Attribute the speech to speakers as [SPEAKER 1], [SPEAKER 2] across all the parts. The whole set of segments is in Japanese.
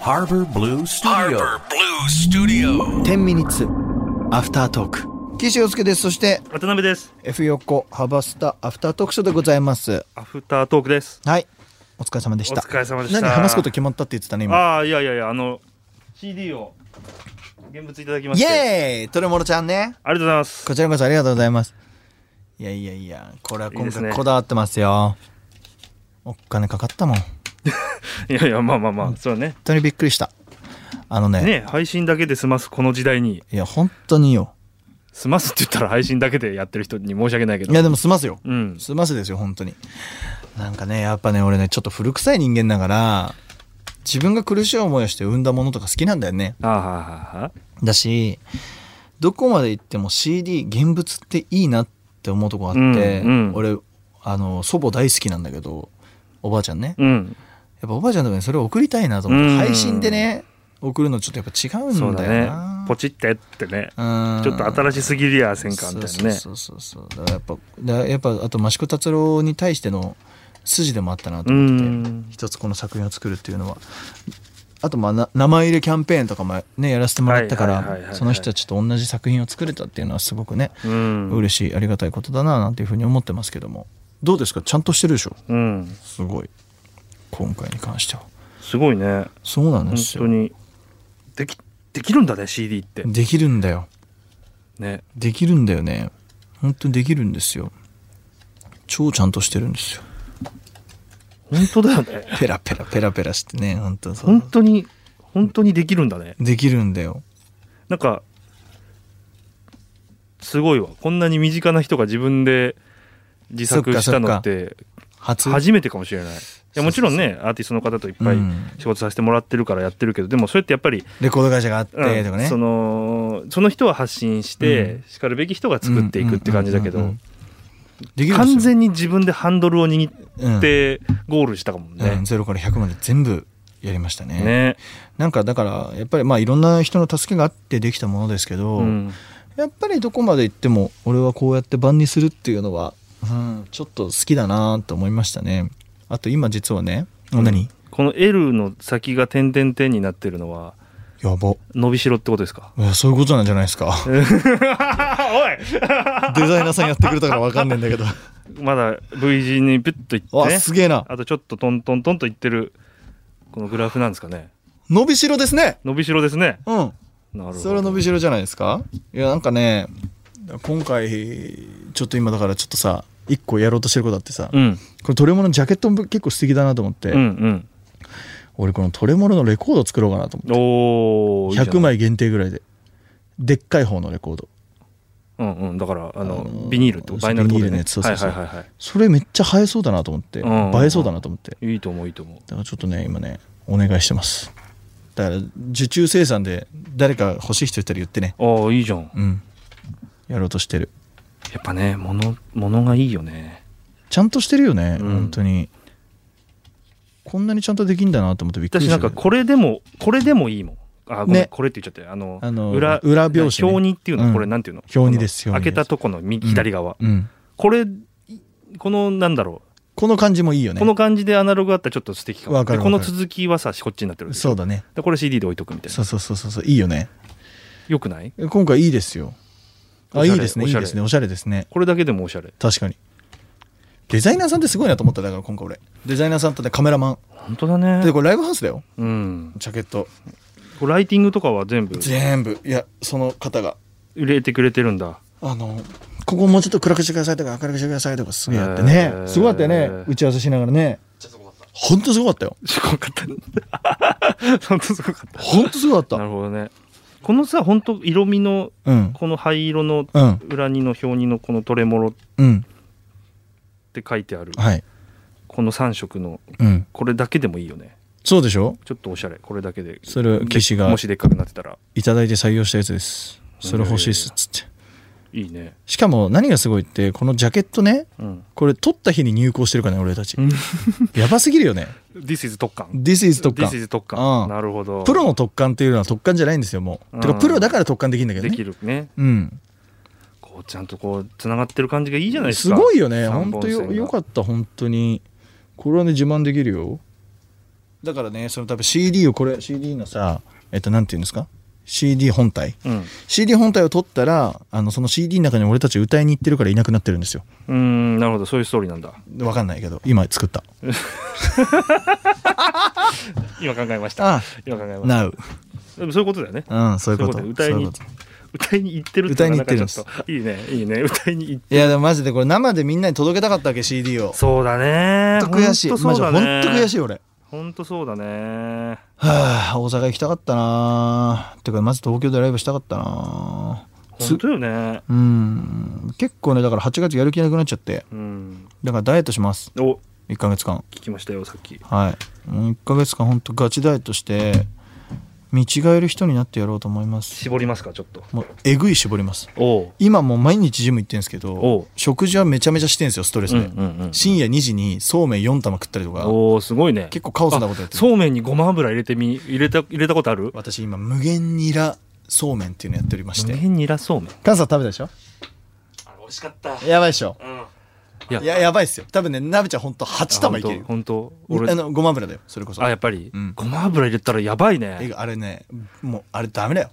[SPEAKER 1] Harbor Blue Studio.
[SPEAKER 2] Harbor Blue Studio.
[SPEAKER 3] 10ミニッツアフタートーク岸洋介ですそして
[SPEAKER 4] 渡辺です
[SPEAKER 3] F 横ハバスタアフタートークショーでございます
[SPEAKER 4] アフタートークです
[SPEAKER 3] はいお疲れ様でした
[SPEAKER 4] お疲れ様でした
[SPEAKER 3] 何話すこと決まったって言ってたね今
[SPEAKER 4] ああいやいやいやあの CD を現物いただきま
[SPEAKER 3] イ
[SPEAKER 4] してあり
[SPEAKER 3] エーイトレモロちゃんね
[SPEAKER 4] がとうございます
[SPEAKER 3] こちらこそありがとうございますいやいやいやこれは今
[SPEAKER 4] いいです
[SPEAKER 3] 回
[SPEAKER 4] ね
[SPEAKER 3] こだわってますよお金かかったもん本
[SPEAKER 4] いやいやまあまあまあそうね
[SPEAKER 3] 当にびっくりしたあのね
[SPEAKER 4] ね配信だけで済ますこの時代に
[SPEAKER 3] いや本当によ
[SPEAKER 4] 済ますって言ったら配信だけでやってる人に申し訳ないけど
[SPEAKER 3] いやでも済ますよ
[SPEAKER 4] うん
[SPEAKER 3] 済ますですよ本当になんかねやっぱね俺ねちょっと古臭い人間だから自分が苦しい思いをして産んだものとか好きなんだよね
[SPEAKER 4] あーはーはーはー
[SPEAKER 3] だしどこまで行っても CD 現物っていいなって思うとこあって、
[SPEAKER 4] うんうん
[SPEAKER 3] 俺あの祖母大好きなんだけどおばあちゃんね
[SPEAKER 4] うん
[SPEAKER 3] やっぱおばあちゃんとかにそれを送りたいなと思って、
[SPEAKER 4] うん
[SPEAKER 3] 配信でね送るのちょっとやっぱ違うんだ
[SPEAKER 4] そ
[SPEAKER 3] よ
[SPEAKER 4] う
[SPEAKER 3] な
[SPEAKER 4] だねポチってってねちょっと
[SPEAKER 3] し
[SPEAKER 4] 新しすぎるやせんかみたいなね
[SPEAKER 3] そうそうそうそうだからやっぱだからやっぱあと益子達郎に対しての筋でもあったなと
[SPEAKER 4] う
[SPEAKER 3] 思って、
[SPEAKER 4] ん
[SPEAKER 3] 一つこの作品を作るっていうのはあとまあな名前入れキャンペーンとかもねやらせてもらったか
[SPEAKER 4] はいはいはいはいは
[SPEAKER 3] ら
[SPEAKER 4] い
[SPEAKER 3] その人たちと同じ作品を作れたっていうのはすごくね、
[SPEAKER 4] うん
[SPEAKER 3] 嬉しいありがたいことだななんていうふうに思ってますけどもどうですかちゃんとしてるでしょ
[SPEAKER 4] うん
[SPEAKER 3] すごい今回に関しては
[SPEAKER 4] すごいね
[SPEAKER 3] そうなんで
[SPEAKER 4] 本
[SPEAKER 3] す
[SPEAKER 4] 当
[SPEAKER 3] よ
[SPEAKER 4] にできできるんだね CD って
[SPEAKER 3] できるんだよ
[SPEAKER 4] ね
[SPEAKER 3] できるんだよね本当にできるんですよ超ちゃんとしてるんですよ
[SPEAKER 4] 本当だよね
[SPEAKER 3] ペラペラペラペラしてね本当そ
[SPEAKER 4] 本
[SPEAKER 3] う
[SPEAKER 4] 当に本当にできるんだね
[SPEAKER 3] できるんだよ
[SPEAKER 4] なんかすごいわこんなに身近な人が自分で自作
[SPEAKER 3] そっか
[SPEAKER 4] したのって
[SPEAKER 3] 初
[SPEAKER 4] 初めてかもしれないいやもちろんねアーティストの方といっぱい
[SPEAKER 3] うん
[SPEAKER 4] 仕事させてもらってるからやってるけどでもそれってやっぱり、
[SPEAKER 3] レコード会社があってとか
[SPEAKER 4] うん
[SPEAKER 3] ね、
[SPEAKER 4] そのその人は発信して、
[SPEAKER 3] う
[SPEAKER 4] しかるべき人が作っていくって感じだけど、
[SPEAKER 3] うんうんうんうんできるんですよ
[SPEAKER 4] 完全に自分でハンドルを握ってゴールしたかも
[SPEAKER 3] うん
[SPEAKER 4] ね。
[SPEAKER 3] ゼロから100まで全部やりましたね
[SPEAKER 4] ね。
[SPEAKER 3] なんかだからやっぱりまあいろんな人の助けがあってできたものですけど、
[SPEAKER 4] うん
[SPEAKER 3] やっぱりどこまで行っても俺はこうやって番にするっていうのは、うん、ちょっと好きだなと思いましたねあと今実はね、お何
[SPEAKER 4] この L の先が点々点になってるのは
[SPEAKER 3] やば
[SPEAKER 4] 伸びしろってことで すか
[SPEAKER 3] いやそういうことなんじゃないです かデザイナーさんやってくれたから分かんないんだ けど
[SPEAKER 4] まだ V 字にピュッといっ
[SPEAKER 3] わ、
[SPEAKER 4] てね
[SPEAKER 3] すげえな
[SPEAKER 4] あとちょっとトントントンといってるこのグラフなんですかね
[SPEAKER 3] 伸びしろですね
[SPEAKER 4] 伸びしろですね
[SPEAKER 3] うん
[SPEAKER 4] なるほど
[SPEAKER 3] それは伸びしろじゃないですかいやなんかね今回ちょっと今だからちょっとさ一個やろうとしてることあってさ、
[SPEAKER 4] うん
[SPEAKER 3] これトレモロのジャケットも結構素敵だなと思って、
[SPEAKER 4] うん
[SPEAKER 3] 俺このトレモロのレコード作ろうかなと思って
[SPEAKER 4] うんおお
[SPEAKER 3] 100枚限定ぐらいででっかい方のレコード
[SPEAKER 4] うんうんだからあの、
[SPEAKER 3] あのー
[SPEAKER 4] ビニールってことバイナルってこと
[SPEAKER 3] ビニールのやつそうそうそう
[SPEAKER 4] はいはいはいは
[SPEAKER 3] それめっちゃ映えそうだなと思って、
[SPEAKER 4] うん
[SPEAKER 3] 映えそうだなと思って
[SPEAKER 4] いいいと思ういいと思う
[SPEAKER 3] だからちょっとね今ねお願いしてますだから受注生産で誰か欲しい人いたら言ってね
[SPEAKER 4] ああいいじゃん
[SPEAKER 3] うんやろうとしてる
[SPEAKER 4] やっぱねものものがいいよね
[SPEAKER 3] ちゃんとしてるよね、
[SPEAKER 4] うん
[SPEAKER 3] 本当にこんなにちゃんとできんだなと思ってびっくり
[SPEAKER 4] 私
[SPEAKER 3] し
[SPEAKER 4] な
[SPEAKER 3] た
[SPEAKER 4] んかこれでもこれでもいいもんあごめん、
[SPEAKER 3] ね
[SPEAKER 4] これって言っちゃってあの
[SPEAKER 3] あの
[SPEAKER 4] 裏
[SPEAKER 3] 裏表紙ね
[SPEAKER 4] 表にっていうの、
[SPEAKER 3] うん
[SPEAKER 4] これなんていうの
[SPEAKER 3] 表にです
[SPEAKER 4] この
[SPEAKER 3] 表
[SPEAKER 4] 開
[SPEAKER 3] にです
[SPEAKER 4] けたとこの右左側、
[SPEAKER 3] うん、
[SPEAKER 4] これこのなんだろ
[SPEAKER 3] この感じもいいよ
[SPEAKER 4] う、
[SPEAKER 3] ね
[SPEAKER 4] この感じでアナログあったらちょっと素敵かも
[SPEAKER 3] わかる
[SPEAKER 4] でこの
[SPEAKER 3] わかる
[SPEAKER 4] 続きはさこっちになってるでしょ
[SPEAKER 3] そうだね
[SPEAKER 4] でこれ CD で置いとくみたい
[SPEAKER 3] そ
[SPEAKER 4] な
[SPEAKER 3] うそうそうそうそういいよね
[SPEAKER 4] よくない
[SPEAKER 3] 今回いいですよあ
[SPEAKER 4] おしゃ
[SPEAKER 3] い
[SPEAKER 4] れ
[SPEAKER 3] いですね
[SPEAKER 4] お
[SPEAKER 3] いい
[SPEAKER 4] しゃれ
[SPEAKER 3] ですねおしゃれですね
[SPEAKER 4] これだけでもおしゃれ
[SPEAKER 3] 確かにデザイナーさんってすごいなと思っただから今回俺デザイナーさんとねカメラマン
[SPEAKER 4] 本当だね
[SPEAKER 3] でこれライブハウスだよ
[SPEAKER 4] うん
[SPEAKER 3] ジャケット
[SPEAKER 4] こうライティングとかは全部
[SPEAKER 3] 全部いやその方が
[SPEAKER 4] 入れてくれてるんだ
[SPEAKER 3] あのここもうちょっと暗くしてくださいとか明るくしてくださいとかすげえやってね、
[SPEAKER 4] へー
[SPEAKER 3] すごかったよね打ち合わせしながらねほんとすごかったよ
[SPEAKER 4] すごかった 本当すごかっ
[SPEAKER 3] ほんとすごか
[SPEAKER 4] た
[SPEAKER 3] っ
[SPEAKER 4] なるほどねこのさ本当色味の
[SPEAKER 3] たうん
[SPEAKER 4] この灰色の
[SPEAKER 3] うん
[SPEAKER 4] 裏にの表にのこのトレモロっ
[SPEAKER 3] うん
[SPEAKER 4] て書いてある
[SPEAKER 3] はい
[SPEAKER 4] この3色の
[SPEAKER 3] うん
[SPEAKER 4] これだけでもいいよね
[SPEAKER 3] そうでしょ
[SPEAKER 4] ちょっとおしゃれこれだけで
[SPEAKER 3] それ
[SPEAKER 4] で
[SPEAKER 3] 岸が
[SPEAKER 4] もしでっかくなってたら
[SPEAKER 3] いただいて採用したやつですそれ欲しいっすっつって
[SPEAKER 4] いいね
[SPEAKER 3] しかも何がすごいってこのジャケットね
[SPEAKER 4] うん
[SPEAKER 3] これ撮った日に入稿してるからね俺たち
[SPEAKER 4] ん
[SPEAKER 3] やばすぎるよね
[SPEAKER 4] This is 特感
[SPEAKER 3] This is 特
[SPEAKER 4] This
[SPEAKER 3] 感
[SPEAKER 4] is 特
[SPEAKER 3] う
[SPEAKER 4] 感
[SPEAKER 3] ん
[SPEAKER 4] なるほど
[SPEAKER 3] プロの特感っていうのは特感じゃないんですよもう、
[SPEAKER 4] うん
[SPEAKER 3] てかプロだから特感できるんだけど
[SPEAKER 4] で
[SPEAKER 3] ね
[SPEAKER 4] きるね
[SPEAKER 3] うん
[SPEAKER 4] こうちゃんとこうつながってる感じがいいじゃないです
[SPEAKER 3] す
[SPEAKER 4] か
[SPEAKER 3] ごいよね本
[SPEAKER 4] 三本
[SPEAKER 3] 当
[SPEAKER 4] 線が
[SPEAKER 3] よよかった本当にこれはね自慢できるよだからねその多分 CD をこれ CD のさえっとなんていうんですか CD 本体
[SPEAKER 4] うん
[SPEAKER 3] CD 本体を取ったらあのその CD の中に俺たち歌いに行ってるからいなくなってるんですよ
[SPEAKER 4] うーんなるほどそういうストーリーなんだ
[SPEAKER 3] わかんないけど今作った
[SPEAKER 4] 今考えました
[SPEAKER 3] あ
[SPEAKER 4] 今考えまし
[SPEAKER 3] Now
[SPEAKER 4] たでもそういうことだよね
[SPEAKER 3] うんそういうこと
[SPEAKER 4] そういうこと歌いに
[SPEAKER 3] そういうこ
[SPEAKER 4] 歌いに行ってる
[SPEAKER 3] 歌いに行ってるん
[SPEAKER 4] ん
[SPEAKER 3] です
[SPEAKER 4] いいねいいね歌いに行って
[SPEAKER 3] といやでもマジでこれ生でみんなに届けたかったわけ CD を
[SPEAKER 4] そうだね
[SPEAKER 3] ほんと悔しい
[SPEAKER 4] ほんと
[SPEAKER 3] マ
[SPEAKER 4] そ
[SPEAKER 3] ジ
[SPEAKER 4] う
[SPEAKER 3] で
[SPEAKER 4] だ
[SPEAKER 3] ほんと
[SPEAKER 4] ね
[SPEAKER 3] 悔しい俺
[SPEAKER 4] 本当そうだね
[SPEAKER 3] はあ大阪行きたかったなてかまず東京でライブしたかったな
[SPEAKER 4] 本当よね
[SPEAKER 3] うん結構ねだから8月やる気なくなっちゃって
[SPEAKER 4] うん
[SPEAKER 3] だからダイエットします
[SPEAKER 4] お
[SPEAKER 3] 1ヶ月間
[SPEAKER 4] 聞きましたよさっき
[SPEAKER 3] はい1ヶ月間ほんとガチダイエットして見違える人になってやろうと思います
[SPEAKER 4] 絞りますかちょっと
[SPEAKER 3] もうえぐい絞ります
[SPEAKER 4] おう
[SPEAKER 3] 今もう毎日ジム行ってるんですけど
[SPEAKER 4] おう
[SPEAKER 3] 食事はめちゃめちゃしてんですよストレスで、
[SPEAKER 4] うんうん
[SPEAKER 3] 深夜2時にそうめん4玉食ったりとか
[SPEAKER 4] おーすごいね
[SPEAKER 3] 結構カオスなことやって
[SPEAKER 4] あ
[SPEAKER 3] る
[SPEAKER 4] そうめんにごま油入れてみ入れた入れたことある
[SPEAKER 3] 私今無限ニラそうめんっていうのやっておりまし
[SPEAKER 4] 無
[SPEAKER 3] て
[SPEAKER 4] 限ニラそうめん
[SPEAKER 3] 菅さん食べたでしょ
[SPEAKER 2] 美味しかった。
[SPEAKER 3] やばいでしょ
[SPEAKER 4] いや
[SPEAKER 3] いややばいっすよ多分ね鍋ちゃんほんと8玉いけるよ
[SPEAKER 4] 本当俺
[SPEAKER 3] あのごま油だよそれこそ
[SPEAKER 4] あやっぱり、
[SPEAKER 3] うん
[SPEAKER 4] ごま油入れたらやばい
[SPEAKER 3] え
[SPEAKER 4] ね
[SPEAKER 3] あれねもうあれダメだよ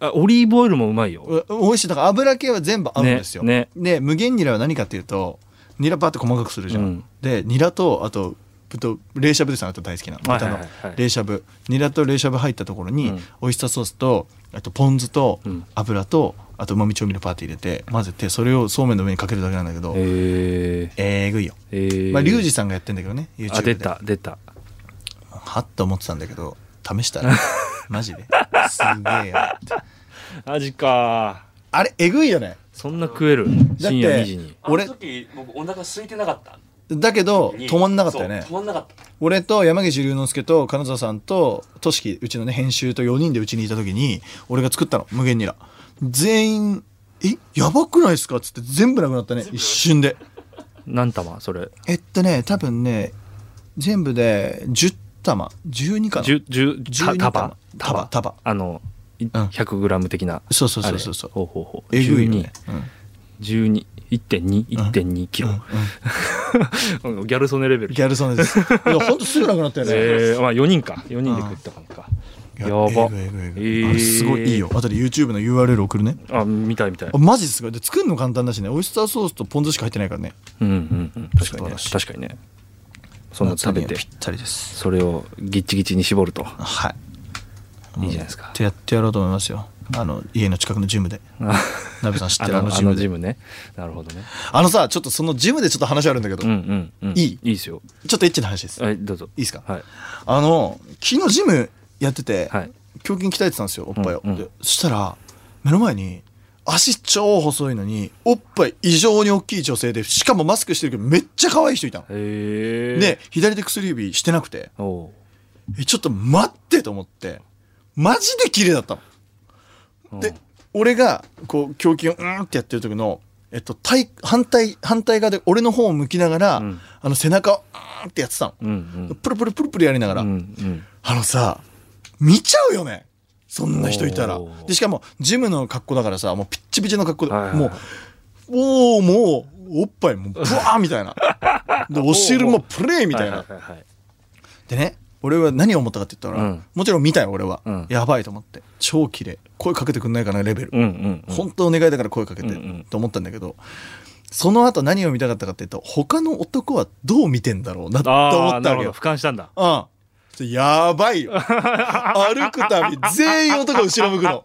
[SPEAKER 4] あオリーブオイルもうまいよ
[SPEAKER 3] う美味しいだから油系は全部合うんですよ、
[SPEAKER 4] ね
[SPEAKER 3] で無限ニラは何かっていうとニラパーって細かくするじゃん、
[SPEAKER 4] うん
[SPEAKER 3] でニラとあと豚冷しゃぶですあなた大好きな
[SPEAKER 4] はい
[SPEAKER 3] 豚の
[SPEAKER 4] はいはいはい
[SPEAKER 3] 冷しゃぶニラと冷しゃぶ入ったところに、
[SPEAKER 4] うん
[SPEAKER 3] オイスターソースとあとポン酢と
[SPEAKER 4] うん
[SPEAKER 3] 油とあとうまみ調味料パーって入れて混ぜてそれをそうめんの上にかけるだけなんだけど
[SPEAKER 4] えー、
[SPEAKER 3] えぐいよ、
[SPEAKER 4] えー、
[SPEAKER 3] まあリュウジさんがやってんだけどね YouTube で
[SPEAKER 4] あ出た出た
[SPEAKER 3] はっと思ってたんだけど試した らマジですげえよって
[SPEAKER 4] マジか
[SPEAKER 3] あれえぐいよね
[SPEAKER 4] そんな食える
[SPEAKER 3] だっ
[SPEAKER 4] 深夜2時
[SPEAKER 3] て
[SPEAKER 4] に
[SPEAKER 2] 俺、
[SPEAKER 3] 俺
[SPEAKER 2] あの時僕お腹空いてなかった。
[SPEAKER 3] だけど止まんなかったよね
[SPEAKER 2] そう止まんなかった。
[SPEAKER 3] 俺と山岸龍之介と金沢さんととしきうちのね編集と4人でうちにいた時に俺が作ったの無限ニラ全員「えやばくないですか?」っつって全部なくなったね一瞬で
[SPEAKER 4] 何玉それ
[SPEAKER 3] えっとね多分ね全部で10玉12かな
[SPEAKER 4] 十十
[SPEAKER 3] 12
[SPEAKER 4] た
[SPEAKER 3] 玉
[SPEAKER 4] 束
[SPEAKER 3] 束束
[SPEAKER 4] あのい 100g 的な
[SPEAKER 3] そうそうそうそうそう
[SPEAKER 4] あれほうほうほう
[SPEAKER 3] えぐいよね、うん
[SPEAKER 4] 12 12 1.2キロ、 ギャル曽根レベル
[SPEAKER 3] ギャルソンです。いや、ほんとすぐなくなったよね。
[SPEAKER 4] えー、まあ4人か4人で食った感じか
[SPEAKER 3] いや
[SPEAKER 4] やば
[SPEAKER 3] えぐいえぐいえ
[SPEAKER 4] え
[SPEAKER 3] ぐい
[SPEAKER 4] ー
[SPEAKER 3] あれすごいいいよ。あとで YouTube の URL 送るね。
[SPEAKER 4] あ見たい見たい
[SPEAKER 3] あマジですごい。で、作るの簡単だしね。オイスターソースとポン酢しか入ってないからね。
[SPEAKER 4] うんうんうん確かにね
[SPEAKER 3] 素晴らしい
[SPEAKER 4] 確かにねそんな食べて
[SPEAKER 3] 夏にはぴったりです。
[SPEAKER 4] それをギッチギチに絞ると
[SPEAKER 3] はい。
[SPEAKER 4] いいじゃないですか
[SPEAKER 3] ってやってやろうと思いますよ。あの、家の近くのジムで。
[SPEAKER 4] あ
[SPEAKER 3] 鍋さん知ってるあ
[SPEAKER 4] あ
[SPEAKER 3] の
[SPEAKER 4] の
[SPEAKER 3] ジ
[SPEAKER 4] あ
[SPEAKER 3] ム
[SPEAKER 4] の
[SPEAKER 3] で
[SPEAKER 4] ジ。ムねなるほどね
[SPEAKER 3] あのさ、ちょっとそのジムでちょっと話あるんだけど、
[SPEAKER 4] う
[SPEAKER 3] ちょ
[SPEAKER 4] んうん、うん、
[SPEAKER 3] いい
[SPEAKER 4] いいですよ
[SPEAKER 3] っとエッチな話です。い
[SPEAKER 4] はいどうぞ
[SPEAKER 3] いですか
[SPEAKER 4] はい
[SPEAKER 3] あの、昨日ジムやってて、
[SPEAKER 4] はい
[SPEAKER 3] 胸筋鍛えてたんですよおっぱいを、
[SPEAKER 4] うんうん
[SPEAKER 3] でそしたら目の前に足超細いのにおっぱい異常に大きい女性でしかもマスクしてるけどめっちゃ可愛い人いたの、
[SPEAKER 4] へえ
[SPEAKER 3] で左手薬指してなくて
[SPEAKER 4] おう
[SPEAKER 3] えちょっと待ってと思ってマジで綺麗だった
[SPEAKER 4] う
[SPEAKER 3] の
[SPEAKER 4] ん
[SPEAKER 3] で俺がこう胸筋をうーんってやってる時のえっと、対反対反対側で俺の方を向きながら、
[SPEAKER 4] うん
[SPEAKER 3] あの背中をうーんってやってたの、
[SPEAKER 4] うんうん
[SPEAKER 3] プルプルプルプルやりながら、
[SPEAKER 4] うんうん
[SPEAKER 3] あのさ、見ちゃうよね。そんな人いたら
[SPEAKER 4] お。ー
[SPEAKER 3] で、しかも、ジムの格好だからさ、もうピッチピチの格好で、
[SPEAKER 4] はいはい
[SPEAKER 3] もう、おー、もう、おっぱいもう、ブワーみたいな。で、お汁もプレイみたいな
[SPEAKER 4] は。ははいはい
[SPEAKER 3] でね、俺は何を思ったかって言ったら、
[SPEAKER 4] うん
[SPEAKER 3] もちろん見たよ、俺は。
[SPEAKER 4] うん
[SPEAKER 3] やばいと思って。超綺麗。声かけてくんないかな、レベル。
[SPEAKER 4] うんうんうん
[SPEAKER 3] 本当お願いだから声かけて、
[SPEAKER 4] うんうん
[SPEAKER 3] と思ったんだけど、その後何を見たかったかっていうと、他の男はどう見てんだろうなって
[SPEAKER 4] あ
[SPEAKER 3] 思
[SPEAKER 4] あ
[SPEAKER 3] ったわけ
[SPEAKER 4] なる
[SPEAKER 3] よ
[SPEAKER 4] ほど。俯瞰したんだ
[SPEAKER 3] うん。それやば いよ。歩くたび全員男後ろ向く の。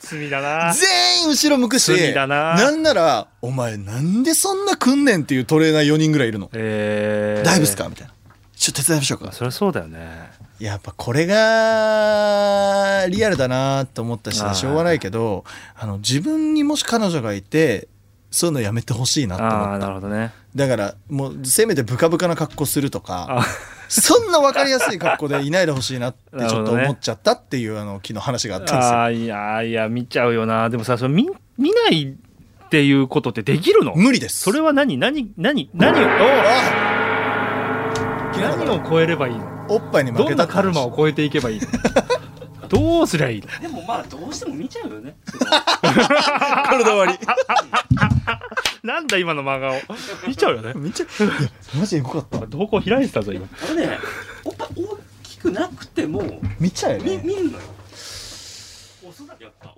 [SPEAKER 4] 罪だな
[SPEAKER 3] 全員後ろ向くし、
[SPEAKER 4] 罪だなん
[SPEAKER 3] なら、お前なんでそんな来んねんっていうトレーナー4人ぐらいいるの。
[SPEAKER 4] えー、
[SPEAKER 3] 大丈夫ですかみたいな。ちょっと手伝いましょうか。
[SPEAKER 4] そりゃそうだよね
[SPEAKER 3] やっぱこれがリアルだなと思ったし
[SPEAKER 4] あー
[SPEAKER 3] しょうがないけどあの自分にもし彼女がいてそういうのやめてほしいなと
[SPEAKER 4] あ
[SPEAKER 3] 思
[SPEAKER 4] あ
[SPEAKER 3] っ
[SPEAKER 4] ー
[SPEAKER 3] た
[SPEAKER 4] なるほどね
[SPEAKER 3] だからもうせめてブカブカな格好するとか
[SPEAKER 4] あ
[SPEAKER 3] そんな分かりやすい格好でいないでほしいなって
[SPEAKER 4] なる
[SPEAKER 3] ち
[SPEAKER 4] ほ
[SPEAKER 3] ょっ
[SPEAKER 4] どね
[SPEAKER 3] と思っちゃったっていうあの昨日話があったんですよ。
[SPEAKER 4] あーいやいや見ちゃうよなでもさそれ見見ないっていうことってできるの
[SPEAKER 3] 無理です。
[SPEAKER 4] それは何何何何を
[SPEAKER 3] あ昨日だか
[SPEAKER 4] 何
[SPEAKER 3] ら
[SPEAKER 4] を超えればいいの
[SPEAKER 3] おっぱいに負
[SPEAKER 4] ど
[SPEAKER 3] け
[SPEAKER 4] ん
[SPEAKER 3] たっ
[SPEAKER 4] な
[SPEAKER 3] て
[SPEAKER 4] カ
[SPEAKER 3] 話
[SPEAKER 4] ルマを超えていけばいいのどうすりゃいいの
[SPEAKER 2] でもまあ、どうしても見ちゃうよね。
[SPEAKER 3] これで終わり。
[SPEAKER 4] なんだ今の真顔見ちゃうよ ね
[SPEAKER 3] めっちゃいやマジエゴかった
[SPEAKER 4] 瞳孔開いてたぞ今
[SPEAKER 2] あれねおっぱい大きくなくても
[SPEAKER 3] 見ちゃうよ
[SPEAKER 2] 見
[SPEAKER 3] ね
[SPEAKER 2] 見るのよオスだけやった